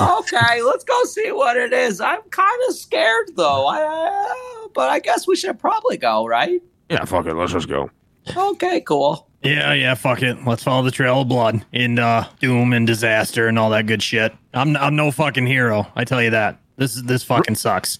okay, let's go see what it is. I'm kind of scared though. I, I- but I guess we should probably go, right?
Yeah, fuck it. Let's just go.
Okay, cool.
Yeah, yeah, fuck it. Let's follow the trail of blood and uh, doom and disaster and all that good shit. I'm I'm no fucking hero. I tell you that. This is this fucking sucks.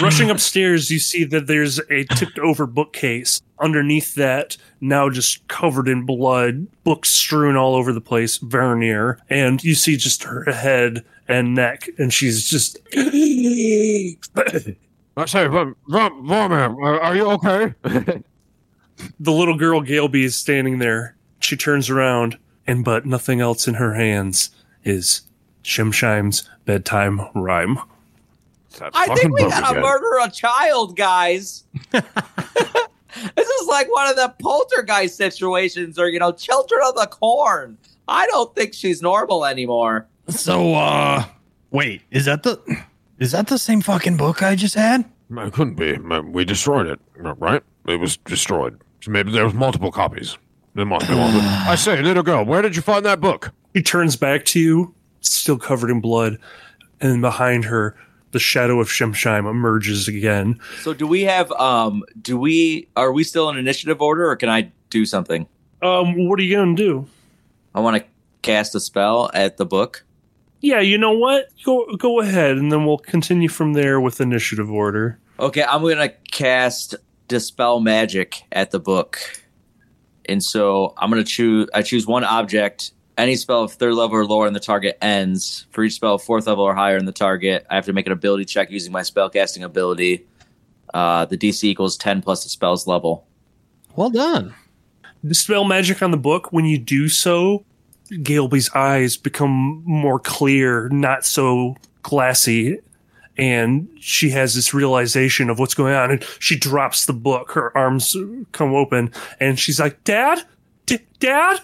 Rushing upstairs, you see that there's a tipped over bookcase. Underneath that, now just covered in blood, books strewn all over the place, Vernier. And you see just her head and neck, and she's just. the
I say, but Vormir, Uh, are you okay?
little girl Galeby is standing there. She turns around, and but nothing else in her hands is Shimshime's bedtime rhyme.
I think we gotta murder a child, guys. this is like one of the poltergeist situations, or you know, children of the corn. I don't think she's normal anymore.
So uh wait, is that the is that the same fucking book I just had?
It couldn't be. Man, We destroyed it, right? It was destroyed. So maybe there was multiple copies. There must be one. I say, little girl, where did you find that book?
She turns back to you, still covered in blood, and behind her, the shadow of Shemshaim emerges again.
So, do we have? Um, do we? Are we still in initiative order, or can I do something?
Um, what are you gonna do?
I want to cast a spell at the book.
Yeah, you know what? Go go ahead, and then we'll continue from there with initiative order.
Okay, I'm gonna cast dispel magic at the book, and so I'm gonna choose. I choose one object. Any spell of third level or lower in the target ends. For each spell of fourth level or higher in the target, I have to make an ability check using my spellcasting ability. Uh, the DC equals ten plus the spell's level.
Well done.
Dispel magic on the book. When you do so, Galeby's eyes become more clear, not so glassy, and she has this realization of what's going on. And she drops the book. Her arms come open, and she's like, "Dad, D- Dad."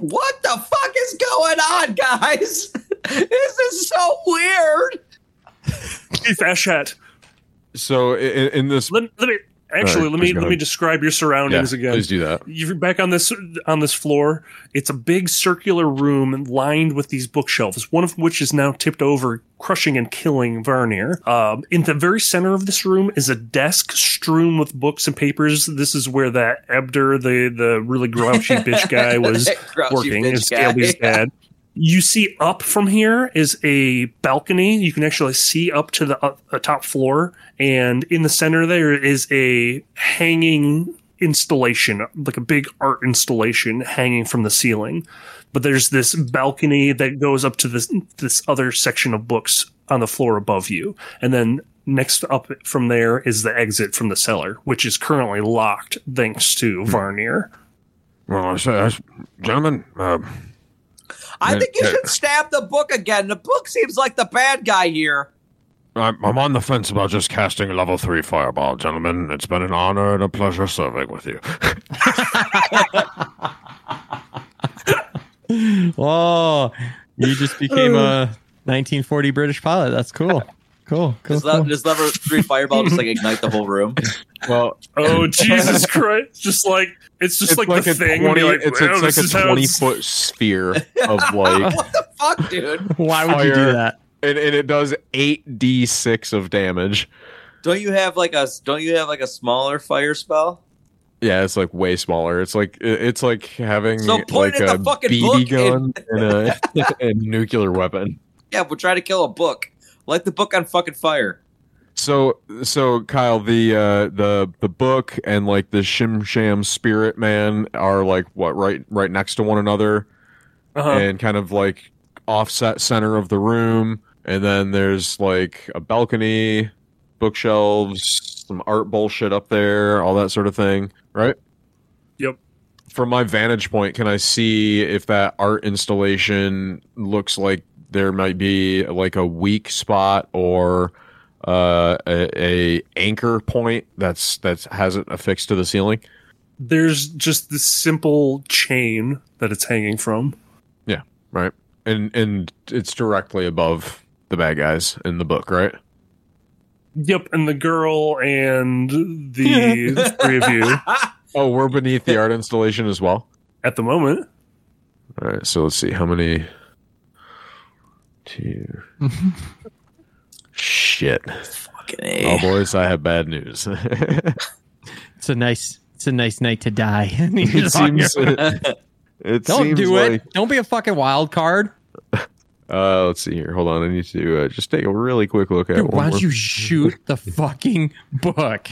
What the fuck is going on, guys? this is so weird.
Fashette.
So in, in this,
Let, let me actually let
Alright,
me
please go
let me
ahead.
describe your
yeah,
surroundings again.
please do that.
You're back on this on this floor. It's a big circular room lined with these bookshelves, one of which is now tipped over, crushing and killing Varnier. Um, in the very center of this room is a desk strewn with books and papers. This is where that Ebder, the the really grouchy bitch guy, was
That grouchy
working
bitch
as
guy.
Gabby's dad. You see up from here is a balcony. You can actually see up to the up, uh, top floor, and in the center there is a hanging installation, like a big art installation hanging from the ceiling. But there's this balcony that goes up to this this other section of books on the floor above you, and then next up from there is the exit from the cellar, which is currently locked thanks to Varnier.
Well, I say, I s- gentlemen, uh,
I think you
Okay.
should stab the book again. The book seems like the bad guy here.
I'm, I'm on the fence about just casting a level three fireball, gentlemen. It's been an honor and a pleasure serving with you.
Whoa. You just became a 1940 British pilot. That's cool. Cool. Cool.
Does, le-
cool.
does level three fireball just like ignite the whole room?
Well,
Oh Jesus Christ! Just like it's just
it's
like,
like,
the
a
thing.
twenty.
You're
it's,
"Wow,
it's
this
like
is
a
how
twenty
it's-"
foot sphere of like,
what the fuck, dude?
Why would you
fire-
do that?
and, and it does eight d six of damage.
Don't you have like a don't you have like a smaller fire spell?
Yeah, it's like way smaller. It's like it- it's like having
So point
like
it at
a
the fucking book
BB gun and a, a nuclear weapon.
Yeah, we're trying to kill a book. Light the book on fucking fire.
So so Kyle, the uh, the the book and like the Shim Sham Spirit Man are like what right right next to one another
Uh-huh.
and kind of like offset center of the room, and then there's like a balcony, bookshelves, some art bullshit up there, all that sort of thing, right?
Yep.
From my vantage point, can I see if that art installation looks like there might be like a weak spot or uh, a, a anchor point that's that hasn't affixed to the ceiling?
There's just this simple chain that it's hanging from.
right? And and it's directly above the bad guys in the book, right?
Yep, and the girl and the three of you
Oh, we're beneath the art installation as well.
at the moment.
All right, so let's see how many. two. Shit. Oh, boys, I have bad news.
It's a nice. It's a nice night to die. You're
it
just on your-
seems, it,
don't
seems
do
like,
it. Don't be a fucking wild card.
Uh, let's see here. Hold on. I need to uh, just take a really quick look at
Dude,
one
why
more-
don't you shoot the fucking book?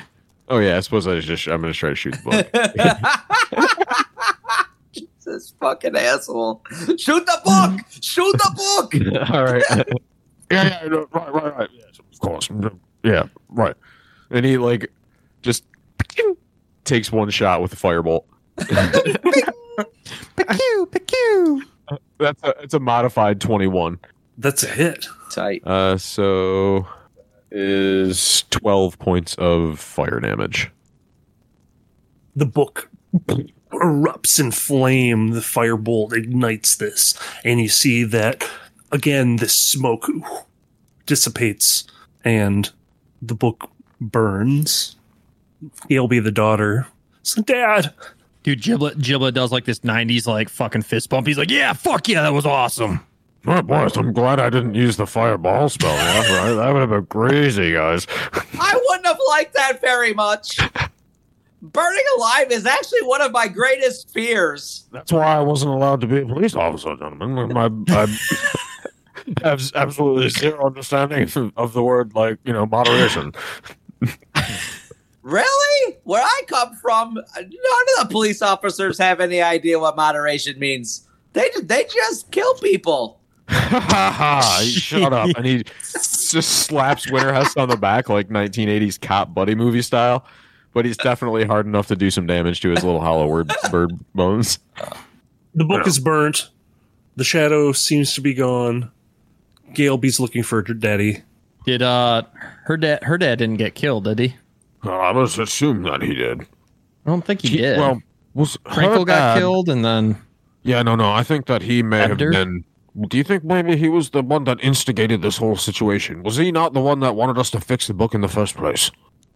Oh yeah, I suppose I just I'm gonna try to shoot the book.
This fucking asshole. Shoot the book! Shoot the book!
All right.
Yeah, yeah, no, right, right, right. Yes, of course.
Yeah, right. And he like just takes one shot with a firebolt.
Pew, pew.
That's a it's a modified twenty one.
That's a hit.
Tight.
Uh, so is twelve points of fire damage.
The book erupts in flame. The firebolt ignites this, and you see that again. This smoke dissipates, and the book burns. Gailby, the daughter, says, "Dad,
Dude, Giblet Giblet does like this '90s like fucking fist bump. He's like, "Yeah, fuck yeah, that was awesome."
Right, boys, I'm glad I didn't use the fireball spell. Yeah, right. That would have been crazy, guys.
I wouldn't have liked that very much. Burning alive is actually one of my greatest fears.
That's why I wasn't allowed to be a police officer, gentlemen. My, I have absolutely zero understanding of- of the word, like you know, moderation.
Really? Where I come from, none of the police officers have any idea what moderation means. They they just kill people.
Ha ha! He Shut up! And he just slaps Winterhouse on the back like 1980s cop buddy movie style. But he's definitely hard enough to do some damage to his little hollow word, bird bones.
The book is burnt. The shadow seems to be gone. Galeby's looking for her daddy.
Did uh her dad her dad didn't get killed, did he?
Well, I must assume that he did.
I don't think he
He-
did.
Well, was her
Frankel got
dad-
killed and then
Yeah, no, no. I think that he may
Abdur?
have been. Do you think maybe he was the one that instigated this whole situation? Was he not the one that wanted us to fix the book in the first place?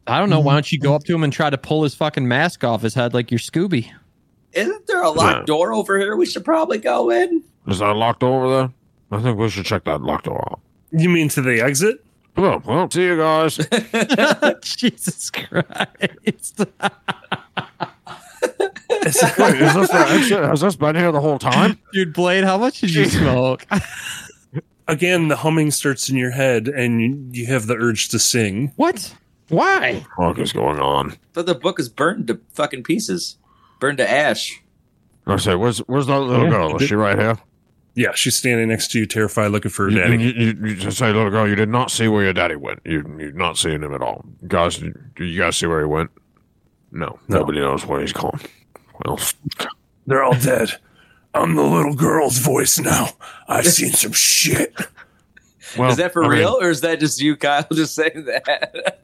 I don't know. Why don't you go up to him and try to pull his fucking mask off his head like you're Scooby?
Isn't there a locked door over here we should probably go in?
Is that locked over there? I think we should check that locked door out.
You mean to the exit?
Well, well, see you guys.
Jesus Christ!
Wait, is this the exit? Has this been here the whole time?
Dude, Blade, how much did you smoke?
Again, the humming starts in your head, and you, you have the urge to sing.
What? Why?
What is going on?
But the book is burned to fucking pieces. Burned to ash.
I say, where's where's that little girl? Is she right here?
Yeah, she's standing next to you, terrified, looking for her
You, you,
daddy.
you, you just say, little girl, you did not see where your daddy went. You you not seeing him at all, guys. Do you guys see where he went? No, nobody knows where he's gone. Well,
They're all dead. I'm the little girl's voice now. I've seen some shit.
well
is that for
I mean,
real, or is that just you, Kyle, just saying that?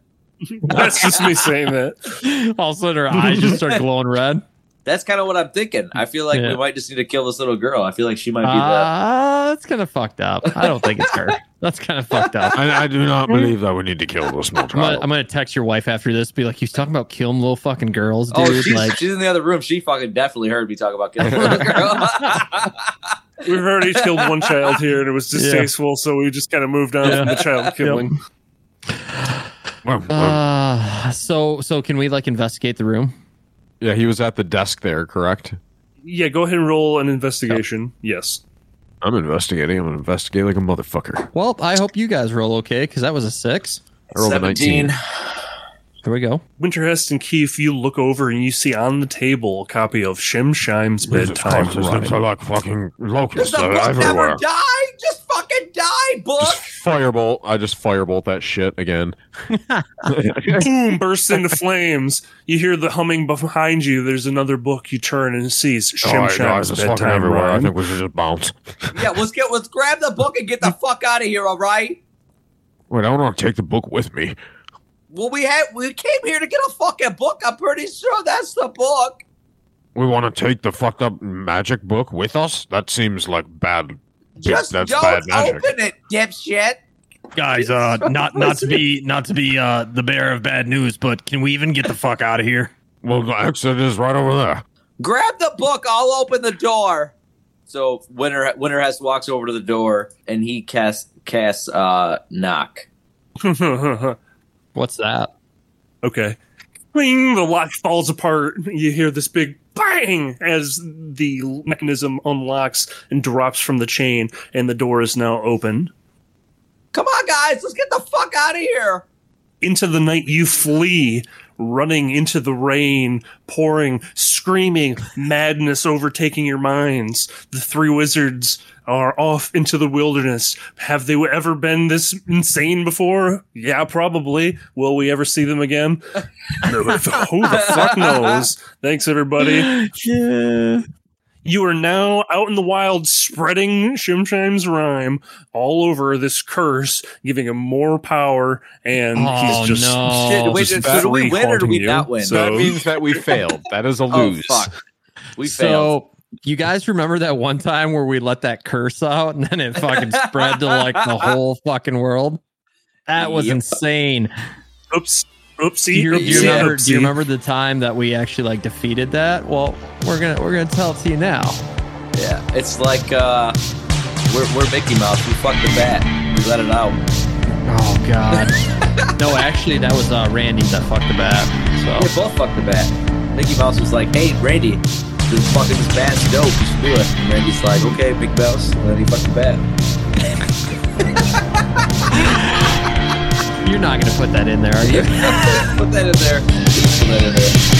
That's just me saying that.
All of a sudden, her eyes just start glowing red.
That's kind of what I'm thinking. I feel like
Yeah.
we might just need to kill this little girl. I feel like she might be
Ah, that's kind of fucked up. I don't think it's her. That's kind of fucked up.
I, I do not believe that we need to kill this small
I'm gonna,
child.
I'm gonna text your wife after this. Be like, he's talking about killing little fucking girls,
the.
dude.
oh, she's,
like,
she's in the other room. She fucking definitely heard me talk about killing the little girl.
We've already killed one child here, and it was distasteful, so we just kind of moved on from the child killing.
Well, well,
uh, so so can we like investigate the room?
Yeah, he was at the desk there, correct?
Yeah, go ahead and roll an investigation. Yes.
I'm investigating. I'm gonna investigate like a motherfucker.
Well, I hope you guys roll okay because that was a six.
I rolled a 19.
Here we go.
Winterhest and Keefe, you look over and you see on the table a copy of Shem Shime's
Jesus
bedtime
Christ, these things
rhyme.
are like fucking
Does
locusts.
the
They're
book never
everywhere. Oh,
die? Just fucking die, book.
Just firebolt. I just firebolt that shit again.
Boom! Bursts into flames. You hear the humming behind you. There's another book. You turn and sees
All
Shem
right,
Shime's
guys, it's fucking
bedtime
everywhere. I
rhyme.
think we should just bounce.
yeah, let's get let's grab the book and get the fuck out of here. All right.
Wait, I want to take the book with me.
Well, we had we came here to get a fucking book. I'm pretty sure that's the book.
We want to take the fucked up magic book with us? That seems like bad.
Just
that's
don't
bad magic.
open it, dipshit.
Guys, uh, not not to be not to be uh the bearer of bad news, but can we even get the fuck out of here?
Well, the exit is right over there.
Grab the book. I'll open the door. So Winter Winterhest walks over to the door and he casts casts uh, knock.
What's that?
Okay. Bing, the lock falls apart. You hear this big bang as the mechanism unlocks and drops from the chain, and the door is now open.
Come on, guys, let's get the fuck out of here.
Into the night, you flee, running into the rain, pouring, screaming, madness overtaking your minds. The three wizards are off into the wilderness. Have they ever been this insane before? Yeah, probably. Will we ever see them again? no, who the fuck knows? Thanks, everybody.
Yeah.
You are now out in the wild spreading Shimshime's rhyme all over this curse, giving him more power, and
Oh,
he's just,
no.
Shit, wait,
just
so do we
free
win or do
haunting
we
you.
not win?
So-
That means that we failed. That is a
Oh
lose.
fuck, we
so,
failed.
you guys remember that one time where we let that curse out and then it fucking spread to like the whole fucking world? That was
Yep.
insane.
Oops. Oopsie.
Do you, do you
oopsie,
Yeah.
remember, do
oopsie.
you remember the time that we actually like defeated that? Well, we're gonna we're gonna tell it to you now.
Yeah, it's like uh, we're we're Mickey Mouse. We fucked the bat. We let it out.
Oh god. no, actually that was uh Randy that fucked the
Oh.
bat.
We
So
both fucked the bat. Mickey Mouse was like, "Hey, Randy, this fucking this bat's dope. You should do it." And Randy's like, "Okay, Big Mouse." And then he fucked the bat.
you're not gonna put that in there, are you?
Put that in there. Put that in there.